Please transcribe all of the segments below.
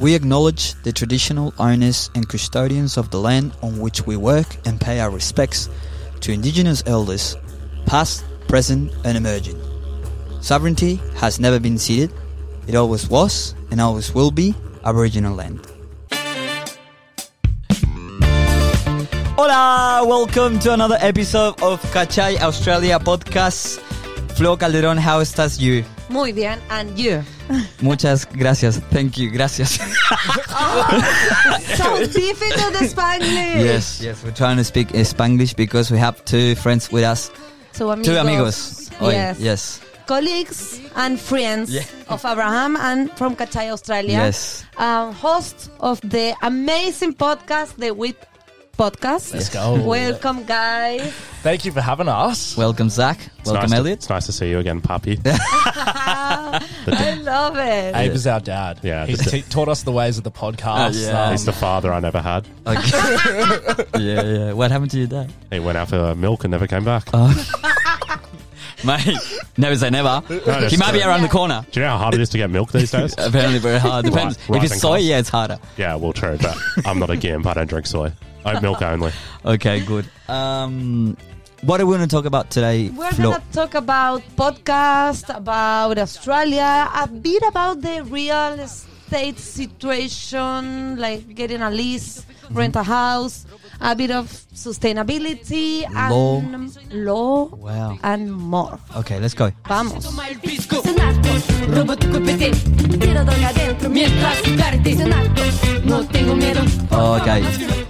We acknowledge the traditional owners and custodians of the land on which we work and pay our respects to Indigenous elders, past, present, and emerging. Sovereignty has never been ceded, it always was and always will be Aboriginal land. Hola, welcome to another episode of Kachai Australia podcast. Flo Calderón, how estás you? Muy bien, and you. Muchas gracias. Thank you. Gracias. So difficult the Oh, Spanish. yes, yes. We're trying to speak uh, Spanglish because we have two friends with us. So amigos. Two amigos. Hoy, Yes. Yes. Colleagues and friends Yeah. of Abraham and from Kachai Australia. Yes. Um, host of the amazing podcast, The Whip Podcast. Let's go. Welcome, guys. Thank you for having us. Welcome, Zach. It's Welcome, nice to- Elliot. it's nice to see you again, Poppy. Ah, I love it. Abe is our dad. Yeah, he's just- te- taught us the ways of the podcast. Oh, yeah. Um, He's the father I never had. Okay. yeah, yeah. What happened to your dad? He went out for milk and never came back. Oh. Mate, never say never. that's he might be true. around the corner. Do you know how hard it is to get milk these days? Apparently, very hard. Depends. Right, right if and it's soy, close. yeah, it's harder. yeah, well, true, but I'm not a gimp. I don't drink soy. Oat milk only. Okay, good. Um, what are we going to talk about today, We're Flo? gonna talk about podcast, about Australia, a bit about the real estate situation, like getting a lease, rent a house, a bit of sustainability Law. and law, Wow. and more. Okay, let's go. Vamos. Toma el pisco, es un acto, robo tu copete, quiero droga adentro, mientras darte es un acto, no tengo miedo. Ah, Okay.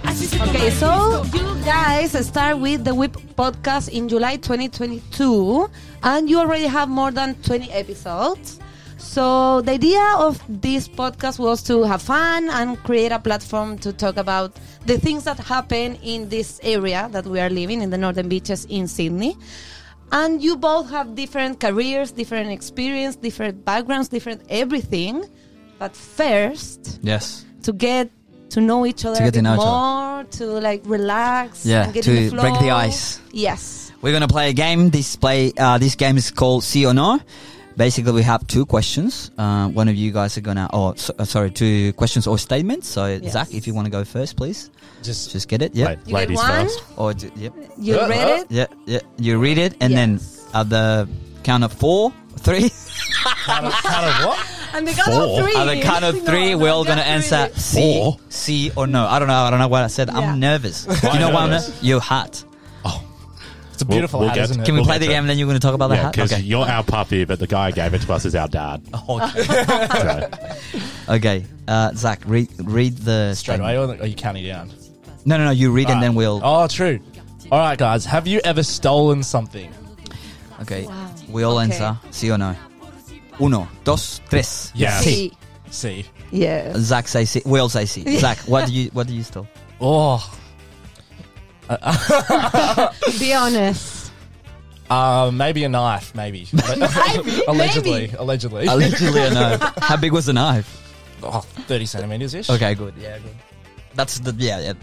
Así se toma Okay, el so pisco. you guys start with the Whip podcast in July 2022, and you already have more than 20 episodes. So, the idea of this podcast was to have fun and create a platform to talk about the things that happen in this area that we are living in the northern beaches in Sydney. And you both have different careers, different experience, different backgrounds, different everything. But first, Yes. to get to know each other To get a to bit know each more, to like relax, Yeah, and get to in the flow. break the ice. Yes, We're gonna play a game. This play, uh, this game is called See or No. Basically, we have two questions. Uh, one of you guys are gonna, oh, so, uh, sorry, two questions or statements. So, Yes. Zach, if you want to go first, please, just just get it. Yeah. Wait, You ladies get one? first. Or d- yep. you Uh, read it. Yeah, yeah. You read it, and then Yes. at the count of four, three, kind of, kind of what? And the count Four? of three. at the count of No, three, no, we're all just gonna read answer it. C, Four? C or no. I don't know. I don't know what I said. I'm Yeah. nervous. you know why? I'm nervous? nervous? You're hot. It's a We'll- beautiful we'll hat, get- isn't it? Can we We'll play the get to it. game and then you're gonna talk about Yeah, the hat? because you're our puppy, but the guy who gave it to us is our dad. Oh. Okay. okay. Uh, Zach, read read the Straight away, or are you counting down? No, no, no. You read and Right. then we'll. Oh, true. All right, guys. Have you ever stolen something? Okay. Wow. We all Okay. answer. Sí o no. Uno, dos, tres. Yeah. Sí. C. See. Yes. Zach say sí. We all say sí. Zach, what do you what do you steal? Oh, Be honest. uh, maybe a knife. Maybe. allegedly. Allegedly. Allegedly a knife. How big was the knife? oh, Thirty centimeters ish. Okay, good. Yeah, good. That's the yeah yeah.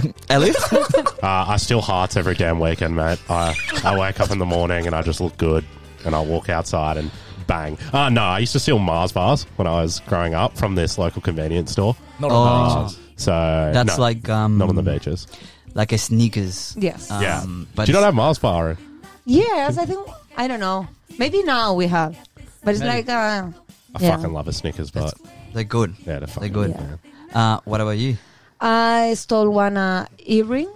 Yeah, Elliot. Uh, I steal hearts every damn weekend, mate. I, I wake up in the morning and I just look good and I walk outside and bang. Uh, no, I used to steal Mars bars when I was growing up from this local convenience store. Not on Oh. the beaches. So That's no, like um, not on the beaches. like a sneakers. Yes. Um, Yeah, but but do you not have Mars bar? yes, I think I don't know. Maybe now we have, but it's like uh, I yeah. fucking love a Snickers, but they're good. yeah, they're They're fucking good. Yeah. Uh, what about you? I stole one uh, earring.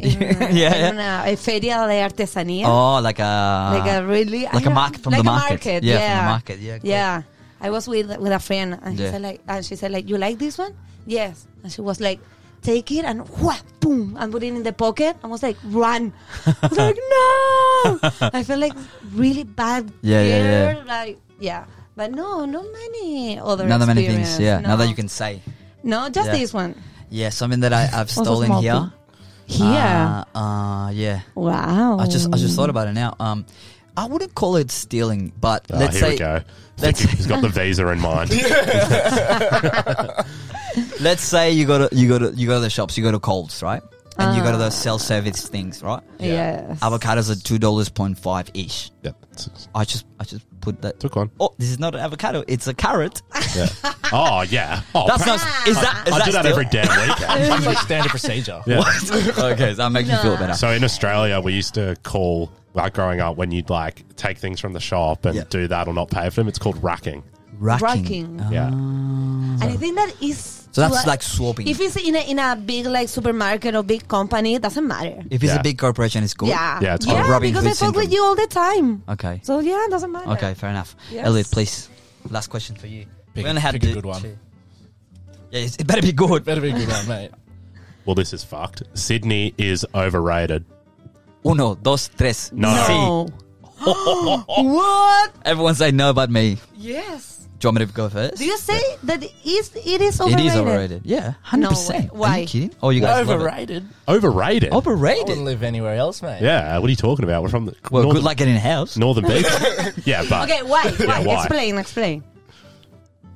In, uh, Yeah, yeah. in uh, a feria de artesanía. Oh, like a like a really I like a don't- market from like the a market. Yeah, yeah, from the market. Yeah, cool. yeah. I was with with a friend, and she Yeah. said like, and she said like, you like this one? Yes. And she was like, take it and wha boom, and put it in the pocket. I was like, run. I was like, no. I felt like really bad. Yeah, yeah, girl, Like, yeah. But no, not many other. Not that many things. experience, Yeah, now that no. you can say. No, just Yeah. this one. Yeah, something that I, I've Also stolen small here. Here. Uh, uh, yeah. wow. I just I just Mm. thought about it now. Um, I wouldn't call it stealing, but Oh, let's here say we go. let's- Think he's got the visa in mind. let's say you go to you go to you go to the shops, you go to Coles, right? And Ah. you go to those self service things, right? Yes. Avocados are two dollars point five ish. yeah, it's- I just I just put that. Took one. Oh, this is not an avocado. It's a carrot. Yeah. Oh yeah. Oh, That's pra- not. Is that? Is I that do that still- every damn weekend. That's like standard procedure. Yeah. okay, so that makes me feel better. So in Australia, we used to call like growing up when you'd like take things from the shop and Yeah. do that or not pay for them. It's called racking. Racking. Um, Racking. Ah. Yeah. And I think that is. So that's like swapping. If it's in a, in a big like supermarket or big company, it doesn't matter. If it's Yeah. a big corporation, it's cool. Yeah. Yeah, it's yeah called Robin because Hood I talk syndrome. with you all the time. Okay. So yeah, it doesn't matter. Okay, fair enough. Yes. Elliot, please. Last question for you. Pick- we only had pick a the good one. two. Yeah, it's- it better be good. Better be a good one, mate. Well, this is fucked. Sydney is overrated. Uno, dos, tres. No. No. what? Everyone say no but me. Yes. Do you want me to go first? Do you say that it is it is it overrated? is overrated. Yeah, 100%. No way. Are Why? you kidding? Oh, you guys love it. Overrated. Overrated. I wouldn't Overrated? live anywhere else, mate. yeah. What are you talking about? We're from the Well, northern, good luck getting a house. northern beach. yeah, but Okay, why? Why? Yeah, why? Explain, explain.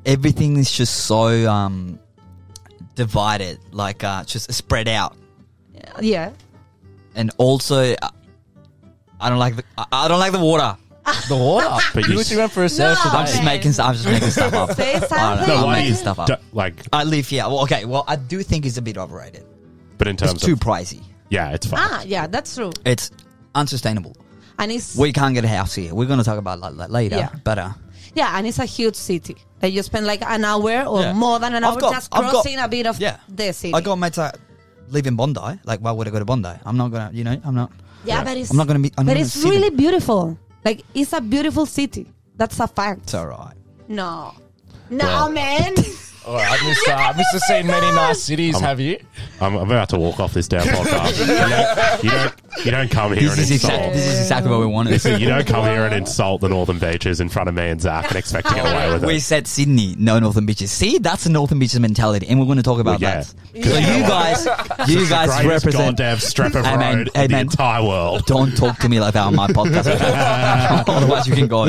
Everything is just so um, divided, like uh, just spread out. Yeah. And also, uh, I don't like the I, I don't like the water. The water. But you you- literally went for a surf No. I'm today. just Okay. making I'm just making stuff up. Say I don't know, something. I'm No, why do making you stuff up. don't- like? I live here. Well, okay. Well, I do think it's a bit overrated. But in It's terms too of pricey. yeah, it's fucked. Ah, yeah, that's true. It's unsustainable. And it's We can't get a house here. We're going to talk about that la- later. Yeah. But uh, yeah, and it's a huge city. That you spend like an hour or Yeah. more than an I've hour got- just I've got- crossing a bit of yeah, the city. I got mates that live in Bondi. Like, why would I go to Bondi? I'm not gonna. You know, I'm not. yeah, but it's I'm not gonna be- I'm but gonna it's see really them. beautiful. Like it's a beautiful city. That's a fact. It's all right. No. No, Well. man. All right, I've missed, uh, I've missed to see many nice cities, I'm- have you? I'm, I'm about to walk off this damn podcast. you, don't, you don't. you don't come here This and is exactly. insult. This is exactly what we wanted. Listen, you don't come here and insult the northern beaches in front of me and Zach and expect to get away with it. We said Sydney, no Northern Beaches. See, that's a Northern Beaches mentality, and we're going to talk about Well, yeah. that. So you guys, you guys greatest represent. goddamn strip of Amen, road in the amen. entire world. Don't talk to me like that on my podcast. okay? Otherwise, you can go.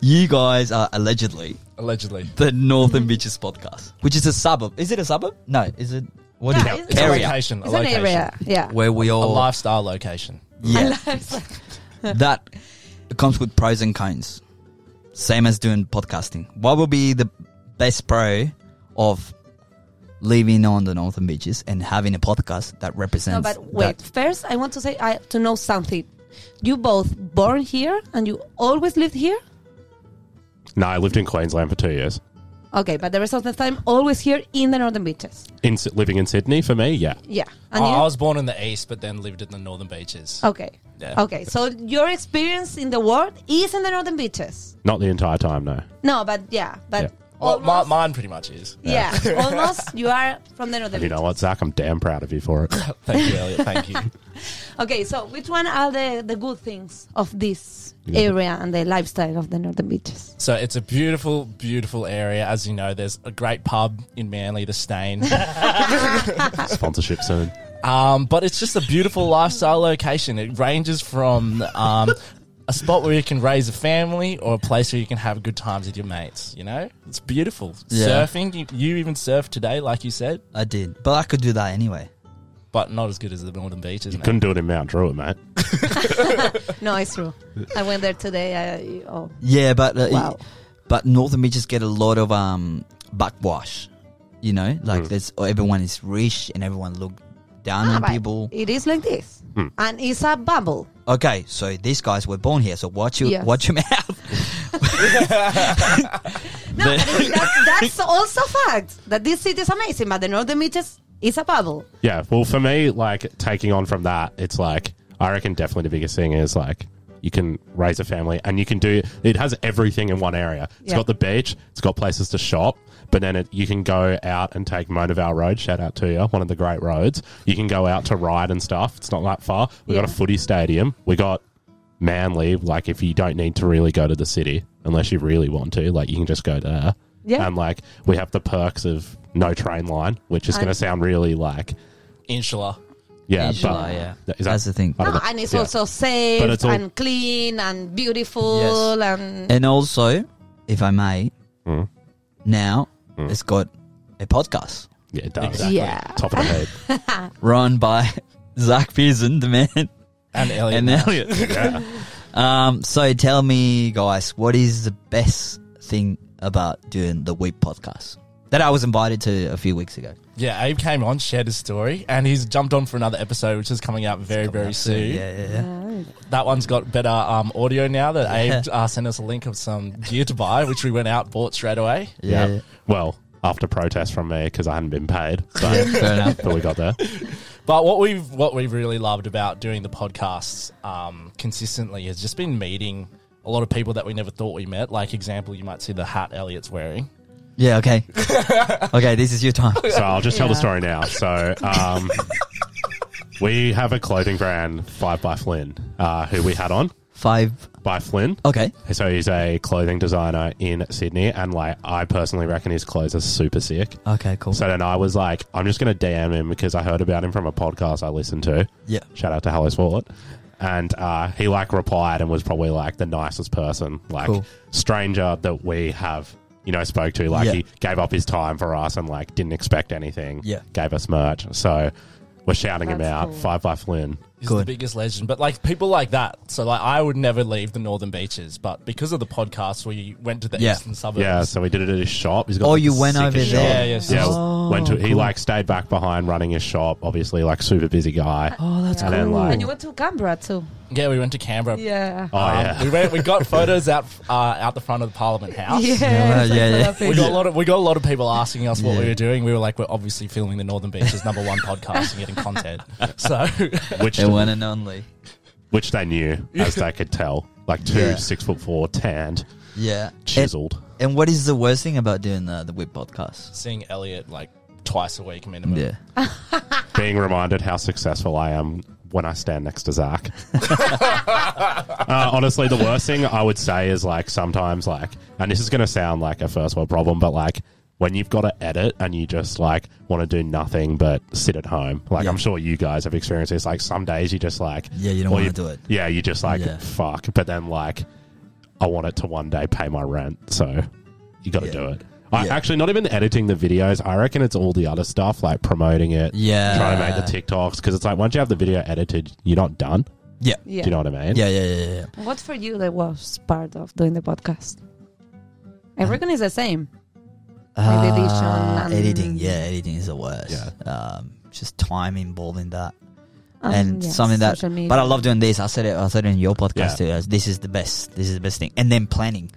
you guys are allegedly Allegedly. the Northern Beaches podcast, which is a suburb. Is it a suburb? No, is it? What is No, it? it's a Area location. A It's an location. area. Yeah. where we A all lifestyle location. yeah that comes with pros and cons. Same as doing podcasting. What will be the best pro of living on the northern beaches and having a podcast that No, represents? but wait. that- First, I want to say I to know something. You both born here and you always lived here. No, I lived in Queensland for two years. Okay, but the rest of the time always here in the northern beaches. In Sy- living in Sydney for me, yeah. Yeah, and Oh, I, you. I was born in the east, but then lived in the northern beaches. okay. Yeah. Okay, so your experience in the world is in the northern beaches. Not the entire time, no. No, but yeah, but Yeah. Well, my, almost, mine pretty much is. yeah, almost you are from the northern. And you know what, Zach? I'm damn proud of you for it. Thank you, Elliot. Thank you. beaches. Okay, so which one are the the good things of this Yeah. area and the lifestyle of the northern beaches? So it's a beautiful, beautiful area. As you know, there's a great pub in Manly, the Stain. Sponsorship soon. Um, but it's just a beautiful lifestyle location. It ranges from um, a spot where you can raise a family or a place where you can have good times with your mates. You know, it's beautiful. Yeah. Surfing, you, you even surfed today, like you said, I did, but I could do that anyway. but not as good as the northern beaches. You mate. couldn't do it in Mount Druitt, mate. No, it's true. I went there today. I, oh, Yeah, but uh, Wow. but northern beaches get a lot of um backwash. You know, like Mm. there's oh, everyone is rich and everyone look down Ah, on but people. It is like this, Hmm. and it's a bubble. Okay, so these guys were born here, so watch your Yes. watch your mouth. No, but it- that's, that's also fact that this city is amazing, but the northern beaches is a bubble. Yeah. Well, for me, like taking on from that, it's like I reckon definitely the biggest thing is like you can raise a family and you can do it has everything in one area. It's Yeah. got the beach, it's got places to shop, but then it, you can go out and take Monavale Road. Shout out to you, one of the great roads. You can go out to ride and stuff. It's not that far. We got Yeah. a footy stadium. We got Manly. Like if you don't need to really go to the city unless you really want to, like you can just go there. Yeah. And like we have the perks of no train line, which is going to And- sound really like Insula. yeah, Inshallah, but yeah. Th- is that- That's the thing. I don't No, know. and it's Yeah. also safe But it's all- and clean and beautiful Yes. and And also, if I may, Mm. now it's got a podcast yeah, it does. Exactly. Yeah. Top of the head. run by Zach Pearson, the man, And Elliot. and Elliot. Um, so tell me, guys, what is the best thing about doing the Weep podcast that I was invited to a few weeks ago? Yeah, Abe came on, shared his story, and he's jumped on for another episode, which is coming out very, Coming very up soon. soon. Yeah, yeah, yeah. That one's got better um, audio now that Abe uh, sent us a link of some gear to buy, which we went out, bought straight away. Yeah, Yeah. Well, after protest from me because I hadn't been paid, yeah. so fair enough. but we got there. But what we've what we've really loved about doing the podcasts um, consistently has just been meeting a lot of people that we never thought we met. Like example, you might see the hat Elliot's wearing. Yeah, okay. okay, this is your time. So I'll just tell the Yeah. story now. So um, we have a clothing brand, Five by Flynn, uh, who we had on Five. by Flynn. Okay. So he's a clothing designer in Sydney, and like I personally reckon his clothes are super sick. Okay, cool. So then I was like, I'm just going to DM him because I heard about him from a podcast I listened to. Yeah. Shout out to Hello Sport. And uh, he like replied and was probably like the nicest person, like Cool. stranger that we have, you know, spoke to. Like Yeah. he gave up his time for us and like didn't expect anything. Yeah. Gave us merch. So we're shouting him That's out. cool. Five by Flynn. He's the Good. biggest legend. But like people like that. So like I would never leave the northern beaches, but because of the podcast we went to the Yeah. eastern suburbs. Yeah. So we did it at his shop. He's got Oh, like, the you went sickest over shop. there. Yeah, yeah, so- Yeah. Oh, went to, he cool. like stayed back behind running his shop. Obviously, like super busy guy. Oh, that's And then, cool. like- And you went to Canberra too. Yeah, we went to Canberra. Yeah. Oh, Um, yeah. we went. We got photos out uh, out the front of the Parliament Oh. House. Yeah, Yeah, yeah, yeah. We got a lot of we got a lot of people asking us what Yeah. we were doing. We were like, we're obviously filming the Northern Beaches number one podcast and getting content. So Which The one and only. which they knew as they could tell. Like two Yeah. six foot four, tanned, Yeah. And, chiseled. and what is the worst thing about doing the, the Whip podcast? seeing Elliot like twice a week minimum. Yeah. being reminded how successful I am when I stand next to Zach. uh, honestly, the worst thing I would say is like sometimes like, and this is going to sound like a first world problem, but like when you've got to edit and you just like want to do nothing but sit at home. Like Yeah. I'm sure you guys have experienced this. Like some days you just like Yeah, you don't or wanna do it. Yeah, you just like Yeah. fuck. But then like I want it to one day pay my rent, so you got to Yeah. do it. I, Yeah. Actually, not even editing the videos. I reckon it's all the other stuff, like promoting it, Yeah. trying to make the Uh, TikToks because it's like once you have the video edited, you're not done. Yeah. Yeah. Do you know what I mean? Yeah, yeah, yeah, yeah. What for you that was part of doing the podcast? I reckon it's the same. Like the edition Uh, and- editing, yeah, editing is the worst. Yeah. Um, just time involved in that, Um, and yeah, something that. social media. But I love doing this. I said it. I said it in your podcast Yeah. too. as This is the best. This is the best thing. And then planning,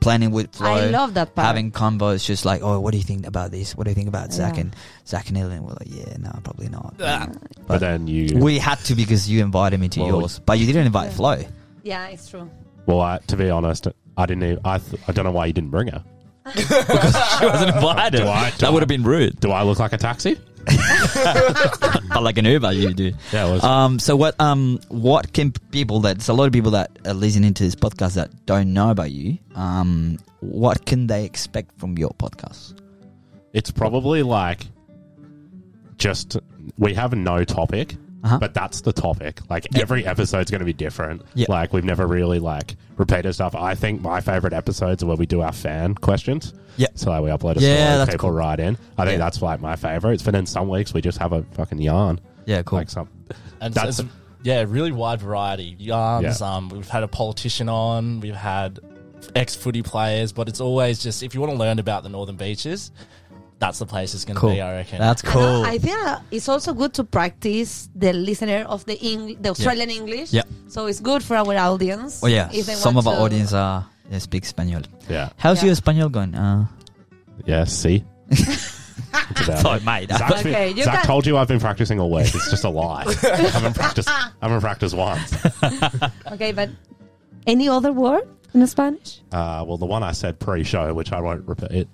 planning with flow. I love that part. having combos just like, oh, what do you think about this? What do you think about Zach Yeah. and Zach and Ellen? We're like, yeah, no, probably not. But, then you, We had to because you invited me to Well, yours, but you didn't invite Yeah. Flo. yeah, it's true. well, I, to be honest, I didn't. Even, I th- I don't know why you didn't bring her. she wasn't invited. Do I- do that would have been rude. Do I look like a taxi? But like an Uber, you do. Yeah, it was. Um, so what? Um, what can people that? There's a lot of people that are listening to this podcast that don't know about you. Um, what can they expect from your podcast? it's probably like just we have no topic. Uh-huh. But that's the topic. Like Yeah. every episode's going to be different. Yeah. Like we've never really like repeated stuff. I think my favorite episodes are where we do our fan questions. Yeah. So like we upload a Yeah, story, that's people cool. write in. I think Yeah. that's like my favorites. But then some weeks we just have a fucking yarn. Yeah, cool. Like some And That's- so it's- yeah, really wide variety yarns. Um, we've had a politician on. We've had ex footy players, but it's always just if you want to learn about the Northern Beaches, that's the place it's going to cool. be. I reckon. That's And cool. I I think uh, it's also good to practice the listener of the Eng- the Australian English. Yeah. So it's good for our audience. oh yeah, if they some of our want to- audience are yeah, speak Spanish. yeah. How's Yeah. your Spanish going? Uh, Yeah, see? It's about- sorry, mate. Zach's Okay, been- you Zach got- told you I've been practicing all week. It's just a lie. I haven't practiced. I haven't practiced once. Okay, but any other word in Spanish? Uh, well, the one I said pre-show, which I won't repeat.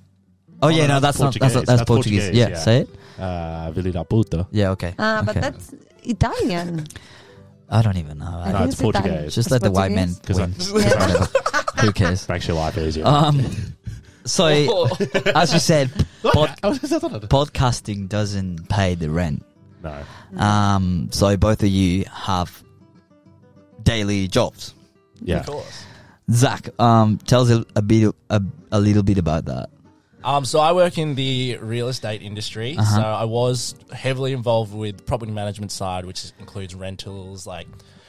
Oh, Oh, yeah, no, no, that's that's not that's not, Portuguese. that's That's Portuguese. Portuguese, Yeah, yeah. say it. Uh, Vili da puta. Yeah, okay. Uh, but okay. that's Italian. I don't even know. I I No, think it's Italian. Portuguese. just let the white men Portuguese? Because I- win. 'cause I- Who cares? makes your life easier. Um, so as you said, pod- podcasting doesn't pay the rent. no. Um, so both of you have daily jobs. Yeah. of course. Zach, um, tell us a, a bit, a, a little bit about that. Um, so I work in the real estate industry. Uh-huh. So I was heavily involved with property management side, which includes rentals, like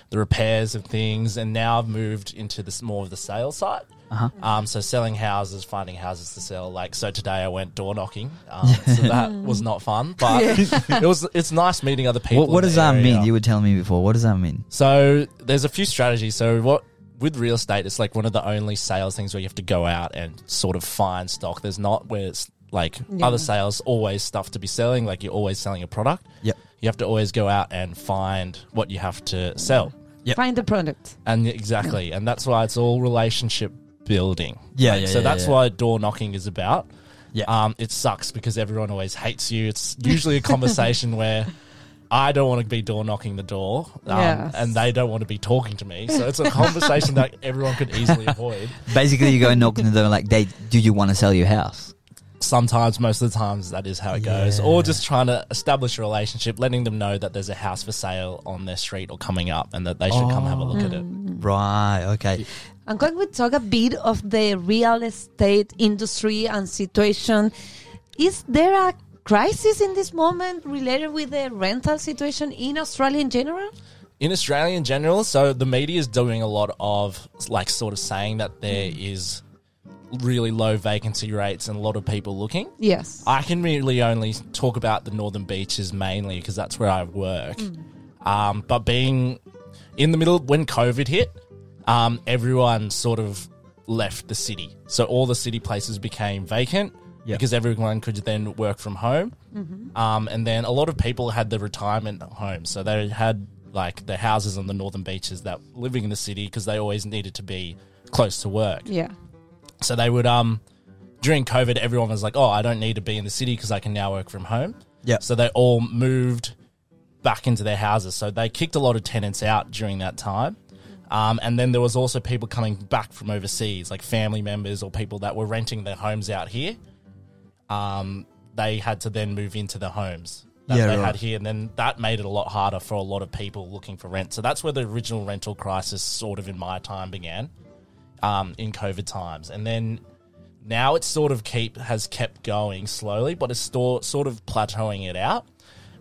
the repairs of things, and now I've moved into this more of the sales side. Uh-huh. Um, so selling houses, finding houses to sell. Like so, today I went door knocking. Um, so that was not fun, but it was. It's nice meeting other people. What, what in does the that mean? area. You were telling me before. What does that mean? So there's a few strategies. So what with real estate, it's like one of the only sales things where you have to go out and sort of find stock. There's not where it's like other sales always stuff to be selling. Like you're always selling a product. Yep. You have to always go out and find what you have to sell. Find the product. And exactly, and that's why it's all relationship building. Yeah, yeah, so yeah, that's yeah. why door knocking is about. Yeah. Um, it sucks because everyone always hates you. It's usually a conversation where I don't want to be door knocking the door, um, Yes. and they don't want to be talking to me. So it's a conversation that everyone could easily avoid. Basically, you go and knock on the door like, "They, do you want to sell your house?" Sometimes, most of the times, that is how it goes. Or just trying to establish a relationship, letting them know that there's a house for sale on their street or coming up, and that they should come have a look at it. Right. Okay. And can we talk a bit of the real estate industry and situation? Is there a crisis in this moment related with the rental situation in Australia in general? in Australia in general, so the media is doing a lot of like sort of saying that there is really low vacancy rates and a lot of people looking. Yes. I can really only talk about the northern beaches mainly because that's where I work. Um, but being in the middle when COVID hit, um, everyone sort of left the city, so all the city places became vacant Yep. because everyone could then work from home. Um, and then a lot of people had the retirement homes, so they had like their houses on the northern beaches that living in the city because they always needed to be close to work. yeah. So they would um during COVID, everyone was like, "Oh, I don't need to be in the city because I can now work from home." Yeah. So they all moved back into their houses. So they kicked a lot of tenants out during that time. Um, and then there was also people coming back from overseas, like family members or people that were renting their homes out here. Um, they had to then move into the homes that Yeah, they right. had here, and then that made it a lot harder for a lot of people looking for rent. So that's where the original rental crisis, sort of in my time, began um, in COVID times, and then now it's sort of keep has kept going slowly, but it's still sort of plateauing it out.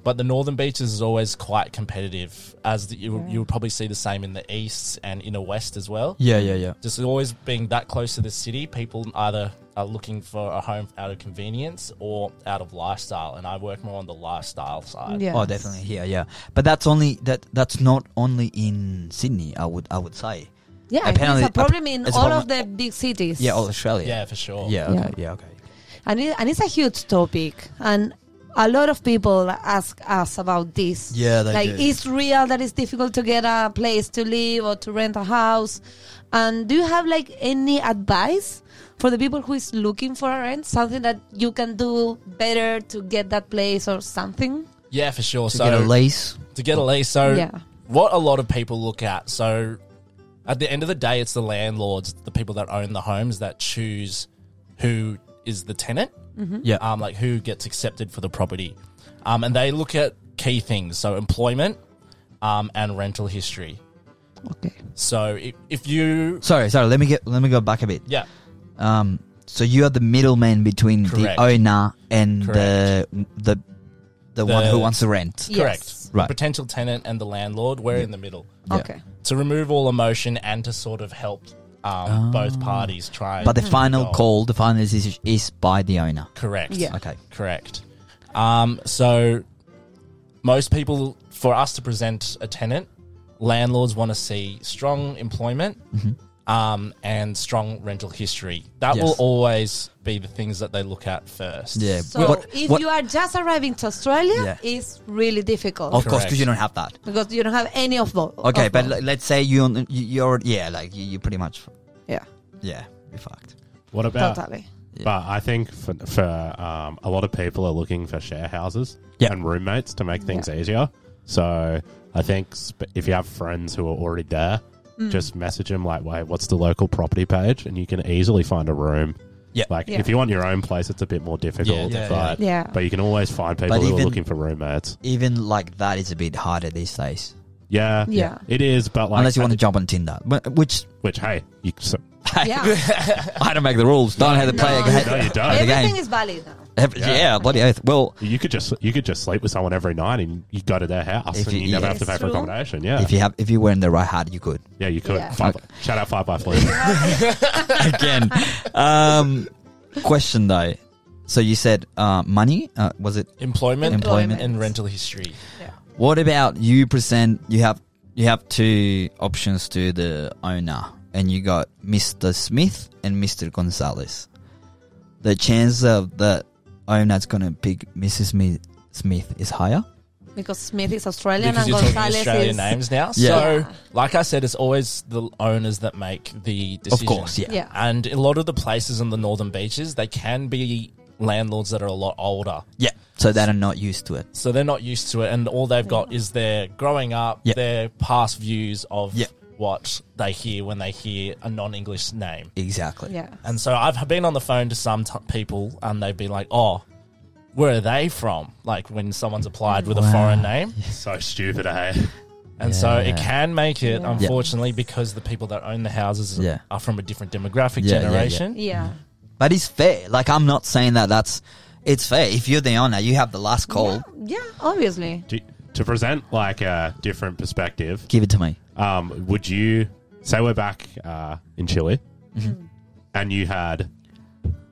But the northern beaches is always quite competitive, as the, you you would probably see the same in the east and inner west as well. Yeah. Yeah. Yeah. Just always being that close to the city, people either are looking for a home out of convenience or out of lifestyle, and I work more on the lifestyle side. Yeah. Oh, definitely here, yeah. But that's only that. That's not only in Sydney. I would, I would say. Yeah, Apparently- it's a problem in it's a all problem- of the big cities. Yeah, all Australia. yeah, for sure. Yeah. Okay. Yeah. okay. and, it, and it's a huge topic and a lot of people ask us about this Yeah, they like do. it's real that it's difficult to get a place to live or to rent a house and do you have like any advice for the people who is looking for a rent something that you can do better to get that place or something yeah, for sure. To so get a lease. to get a lease. So Yeah. what a lot of people look at. So at the end of the day, it's the landlords, the people that own the homes, that choose who is the tenant. Mm-hmm. Yeah. Um, like who gets accepted for the property, um, and they look at key things so employment, um, and rental history. okay So if, if you sorry, sorry. Let me get. Let me go back a bit. yeah Um. So you are the middleman between Correct. the owner and the, the the one who The- wants to rent. Yes. correct Right. potential tenant and the landlord we're in the middle Yeah. okay to remove all emotion and to sort of help um, both parties try Ah. But the Mm. and final resolve. call, the final decision is by the owner. correct Yeah. Okay. Correct. Um, so most people, for us to present a tenant, landlords want to see strong employment um, and strong rental history. That Mm-hmm. Yes. will always be the things that they look at first. Yeah. so What- if what- you are just arriving to australia Yeah. it's really difficult of course, because Correct. you don't have that. because you don't have any of both Okay, of but both. l- let's say you on- you- you're yeah, like you, you pretty much yeah yeah, you're fucked. What about? totally But I think for, for um, a lot of people are looking for share houses Yeah. and roommates to make things easier. So I think sp- if you have friends who are already there, Mm. just message them like, "Wait, what's the local property page?" And you can easily find a room. Yeah. Like Yeah. if you want your own place, it's a bit more difficult. Yeah, yeah, but, yeah. Yeah. but you can always find people But who are even- looking for roommates. Even like that is a bit harder these days, Yeah, Yeah. it is. But like, unless you want to jump on Tinder, but, which which hey, you, so, yeah I don't make the rules. Don't have to play. No. a game. no, you don't. Every- Everything game. is valid now. Every- yeah. bloody oath. Well, You could just you could just sleep with someone every night and you go to their house If and you- you, never yeah. have to pay It's for true. accommodation. Yeah, if you have, if you were in the right hat, you could. yeah, you could. Yeah. Five, shout out Five by Fleet. Again, um, question though. So you said uh, money. Uh, was it? Employment, Employment. and rental history. What about you present? You have you have two options to the owner, and you got Mister Smith and Mister Gonzalez. The chance of the owner's gonna pick Mrs. Smith, Smith is higher. Because Smith is Australian because and you're talking Gonzalez Australian is. names now. Yeah. So, like I said, it's always the owners that make the Of decision. course, yeah. Yeah. And a lot of the places on the northern beaches, they can be landlords that are a lot older. Yeah. So that are not used to it. So they're not used to it, and all they've got is their growing up, Yeah. their past views of Yeah. what they hear when they hear a non-English name. Exactly. Yeah. And so I've been on the phone to some t- people, and they've been like, "Oh, where are they from?" Like when someone's applied with a foreign name, so stupid, eh? and so Yeah. it can make it Yeah. unfortunately because the people that own the houses Yeah. are from a different demographic Yeah, yeah, yeah. generation. Yeah. But it's fair. Like I'm not saying that that's it's fair. If you're the owner, you have the last call. Yeah, obviously. Do, to present like a different perspective, Give it to me. um, would you say we're back uh, in Chile Mm-hmm. and you had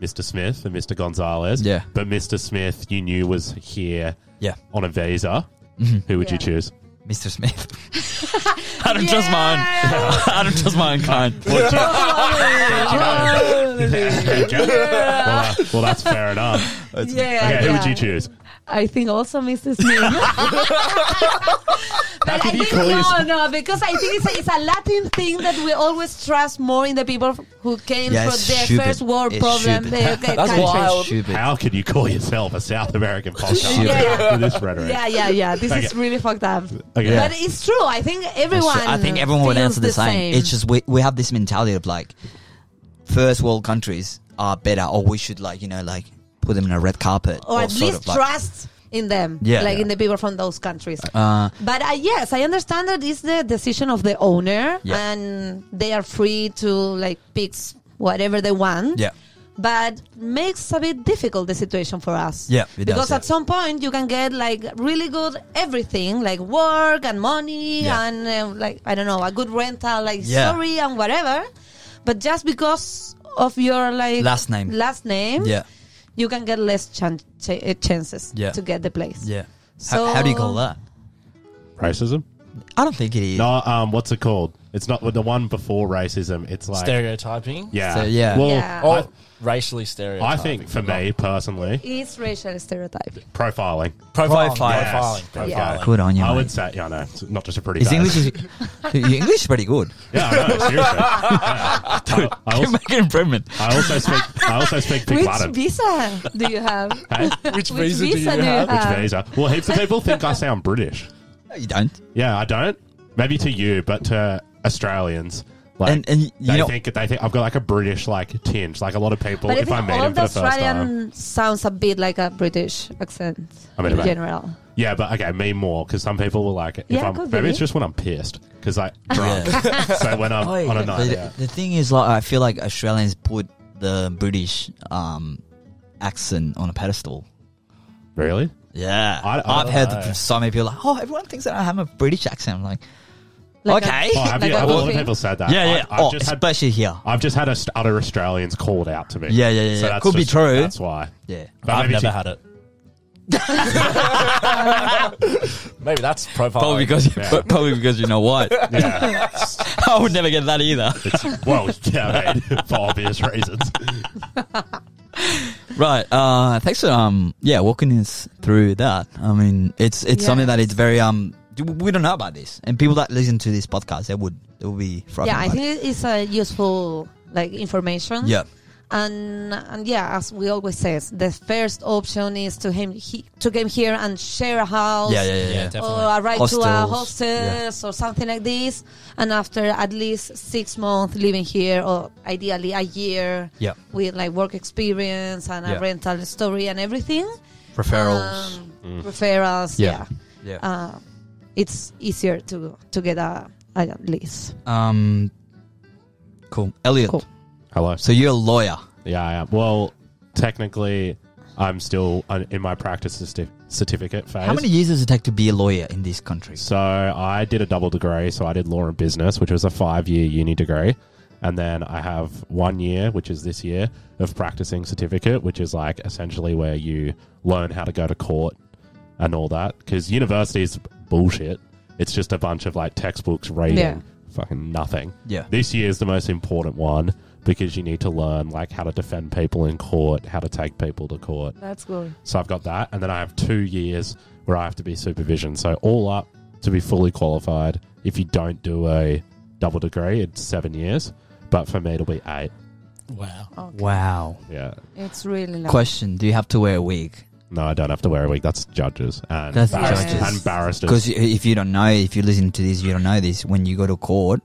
Mr. Smith and Mr. Gonzalez? Yeah. But Mr. Smith, you knew was here Yeah. on a visa. Who would you Yeah. choose? Mr. Smith. I don't trust mine. I don't trust my own kind. Well, do you- do you know- do you- well, uh, well, that's fair enough. Yeah. Okay, who would yeah. you choose? I think also Mr. Smith. but I can you think call no, yourself- no, because I think it's a, it's a Latin thing that we always trust more in the people who came Yeah, from it's their stupid. first world It's problem. stupid. Their, their That's country. wild. Stupid. How could you call yourself a South American podcast Yeah. with this rhetoric? Yeah, yeah, yeah. This is Okay. really fucked up. Okay. But it's true. I think everyone. I think everyone would feels answer the, same. It's just we, we have this mentality of like first world countries are better or we should like, you know, like put them in a red carpet. or at sort least of, like- trust in them, Yeah. like Yeah. in the people from those countries. Uh, But uh, yes, I understand that it's the decision of the owner, Yeah. and they are free to like pick whatever they want. yeah. But makes a bit difficult the situation for us. Yeah, it does, because yeah. at some point you can get like really good everything, like work and money Yeah. and uh, like I don't know a good rental, like Yeah. sorry and whatever. But just because of your like Last name. last name, Yeah. you can get less chan- ch- uh, chances Yeah. to get the place. Yeah. So- how, how do you call that? Racism? I don't think it is. No, um, what's it called? It's not the one before racism. It's like Stereotyping Yeah. So, yeah. Well, Yeah. or I- racially I, stereotyping. think for me personally, It's racial stereotype. profiling. profiling, Profiling. Yes. profiling, profiling. Profiling. Good on you. I mate. would say, yeah, no, it's not just a pretty. His day. English is your English is pretty good. Yeah, I know, seriously. Yeah. I, I also, Make an improvement. I also speak. I also speak big Which Latin. visa do you have? Hey? Which Which visa do you visa do you have? have? Which visa? Well, heaps of people think I sound British. No, you don't. Yeah, I don't. Maybe to you, but to Australians. Like, And- and you they know- think they think I've got like a British like tinge. Like a lot of people, But I if I think meet all them the for the first time, Australian sounds a bit like a British accent I mean, in about- general. Yeah, but okay, me more because some people were like, if Yeah, I'm, could maybe be. it's just when I'm pissed because I drunk. so when Oh, I'm on a But night, out. the thing is, like, I feel like Australians put the British um, accent on a pedestal. really, Yeah, I- I have don't heard know. from so many people like, "Oh, everyone thinks that I have a British accent." I'm like, okay, oh, have Like you, a have a lot of coffee. people said that. yeah, yeah. I, have oh, just had, especially here. I've just had Aust- other Australians called out to me. Yeah, yeah, yeah, yeah. that's Could be true. That's why. Yeah, But I've maybe never to- had it. Maybe that's profiling. probably because yeah. but probably because you know what, Yeah. I would never get that either. It's- well, yeah, mate, for obvious reasons. Right. Uh, thanks for um, yeah, walking us through that. I mean, it's it's Yeah. something that it's very um, we don't know about this, and people that listen to this podcast, they would they would be frightened. Yeah, I about it. think it's a useful like information. Yeah. And and yeah, as we always say, the first option is to him he, to come here and share a house. Yeah, yeah, yeah, Yeah, yeah. definitely. Or a right to a Hostels, hostess or something like this, and after at least six months living here, or ideally a year, Yeah. with like work experience and Yeah. a rental story and everything, Referrals. um, referrals, Mm. Yeah. yeah, yeah. Uh, it's easier to to get a, a lease. Um, cool, Elliot. Cool. Hello. So you're a lawyer. Yeah, I am. Well, technically, I'm still uh, in my practice certi- certificate phase. How many years does it take to be a lawyer in this country? So I did a double degree. So I did law and business, which was a five year uni degree. And then I have one year, which is this year, of practicing certificate, which is like essentially where you learn how to go to court and all that. Because university is bullshit. It's just a bunch of like textbooks reading Yeah. fucking nothing. Yeah. This year is the most important one because you need to learn like how to defend people in court, how to take people to court, That's good. so I've got that, and then I have two years where I have to be supervision. So all up to be fully qualified. If you don't do a double degree, it's seven years. But for me, it'll be eight. Wow. Wow. Yeah. It's really long. Question: Do you have to wear a wig? No, I don't have to wear a wig. That's judges and That's barris- judges. and barristers. Because if you don't know, if you listen to this, you don't know this. When you go to court,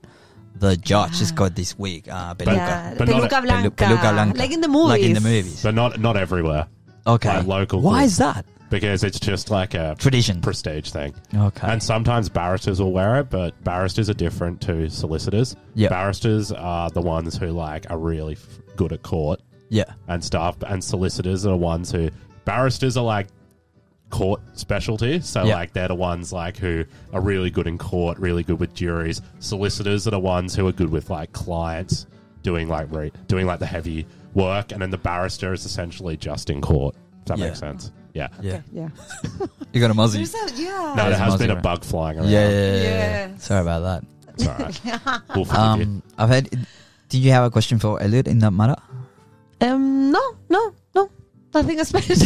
the judge has got this wig. Uh, But- Ah. yeah, but not- peluca blanca. Pelu- peluca blanca. Like in the movies. Like in the movies. But not not everywhere Okay. Like local Why group. is that? because it's just like a Tradition. prestige thing. Okay. And sometimes barristers will wear it, but barristers are different to solicitors. Yeah. Barristers are the ones who like are really f- good at court. yeah. and stuff, and solicitors are the ones who barristers are like court specialty. So Yeah. like they're the ones like who are really good in court, really good with juries. Solicitors are the ones who are good with like clients doing like re- doing like the heavy work, and then the barrister is essentially just in court. If that Yeah. makes sense, yeah. Yeah. Yeah. You got a muzzy. There's a, yeah. No, there That's has been a Mozzie, bug flying Yeah, around. yeah, yeah, yeah, Yeah. yeah. Sorry about that. It's all right. We'll forgive you. Um, I've had. Did you have a question for Elliot in that matter? Um, no, no, no. Nothing special.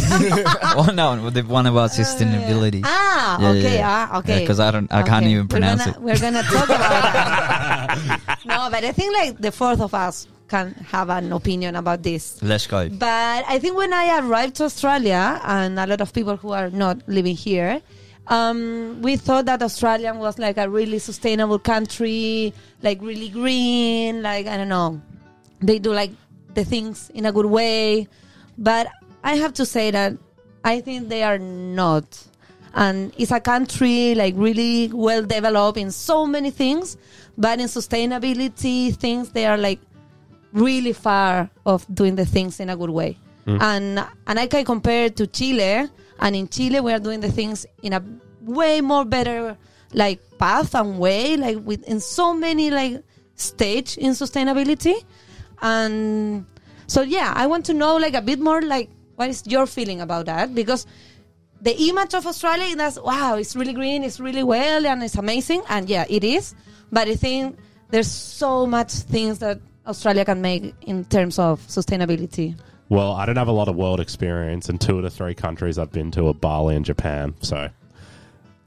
oh no, the one about sustainability. ah, Yeah, okay. yeah, Ah, okay. Because I don't, I can't Okay. even pronounce we're gonna, We're gonna talk about that. no, but I think like the fourth of us can have an opinion about this. it. Let's Mm. go. But I think when I arrived to Australia, and a lot of people who are not living here, um, we thought that Australia was like a really sustainable country, like really green, like I don't know, they do like the things in a good way. But I have to say that I think they are not. And it's a country like really well developed in so many things, but in sustainability things they are like really far of doing the things in a good way. And and I can compare it to Chile, and in Chile we are doing the things in a way more better like path and way, like with in so many like stage in sustainability. And so yeah, I want to know like a bit more like what is your feeling about that because the image of Australia is that wow, it's really green, it's really well, and it's amazing, and yeah, it is. But I think there's so much things that Australia can make in terms of sustainability. Well, I don't have a lot of world experience, and two of the three countries I've been to are Bali and Japan. So,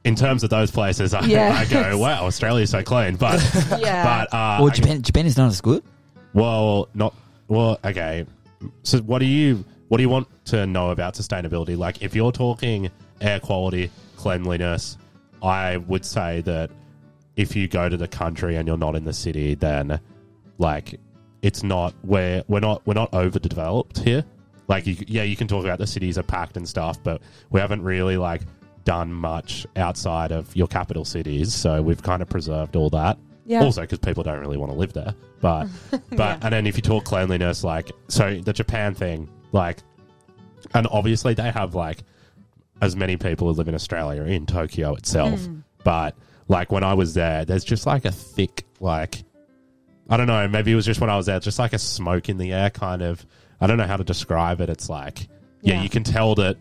in terms of those places, I, Yeah. I go, wow, Australia's so clean. But, Yeah, but, uh, Well, I- Japan, Japan is not as good. well, not, well, okay. So, what do you, what do you want to know about sustainability? Like, if you're talking air quality, cleanliness, I would say that if you go to the country and you're not in the city, then like it's not we're we're not we're not overdeveloped here. Like you, yeah, you can talk about the cities are packed and stuff, but we haven't really like done much outside of your capital cities. So we've kind of preserved all that. Yeah. Also, because people don't really want to live there, but but and then if you talk cleanliness, like so the Japan thing, like and obviously they have like as many people who live in Australia in Tokyo itself. But like when I was there, there's just like a thick like I don't know, maybe it was just when I was there, just like a smoke in the air kind of I don't know how to describe it. It's like yeah, Yeah. you can tell that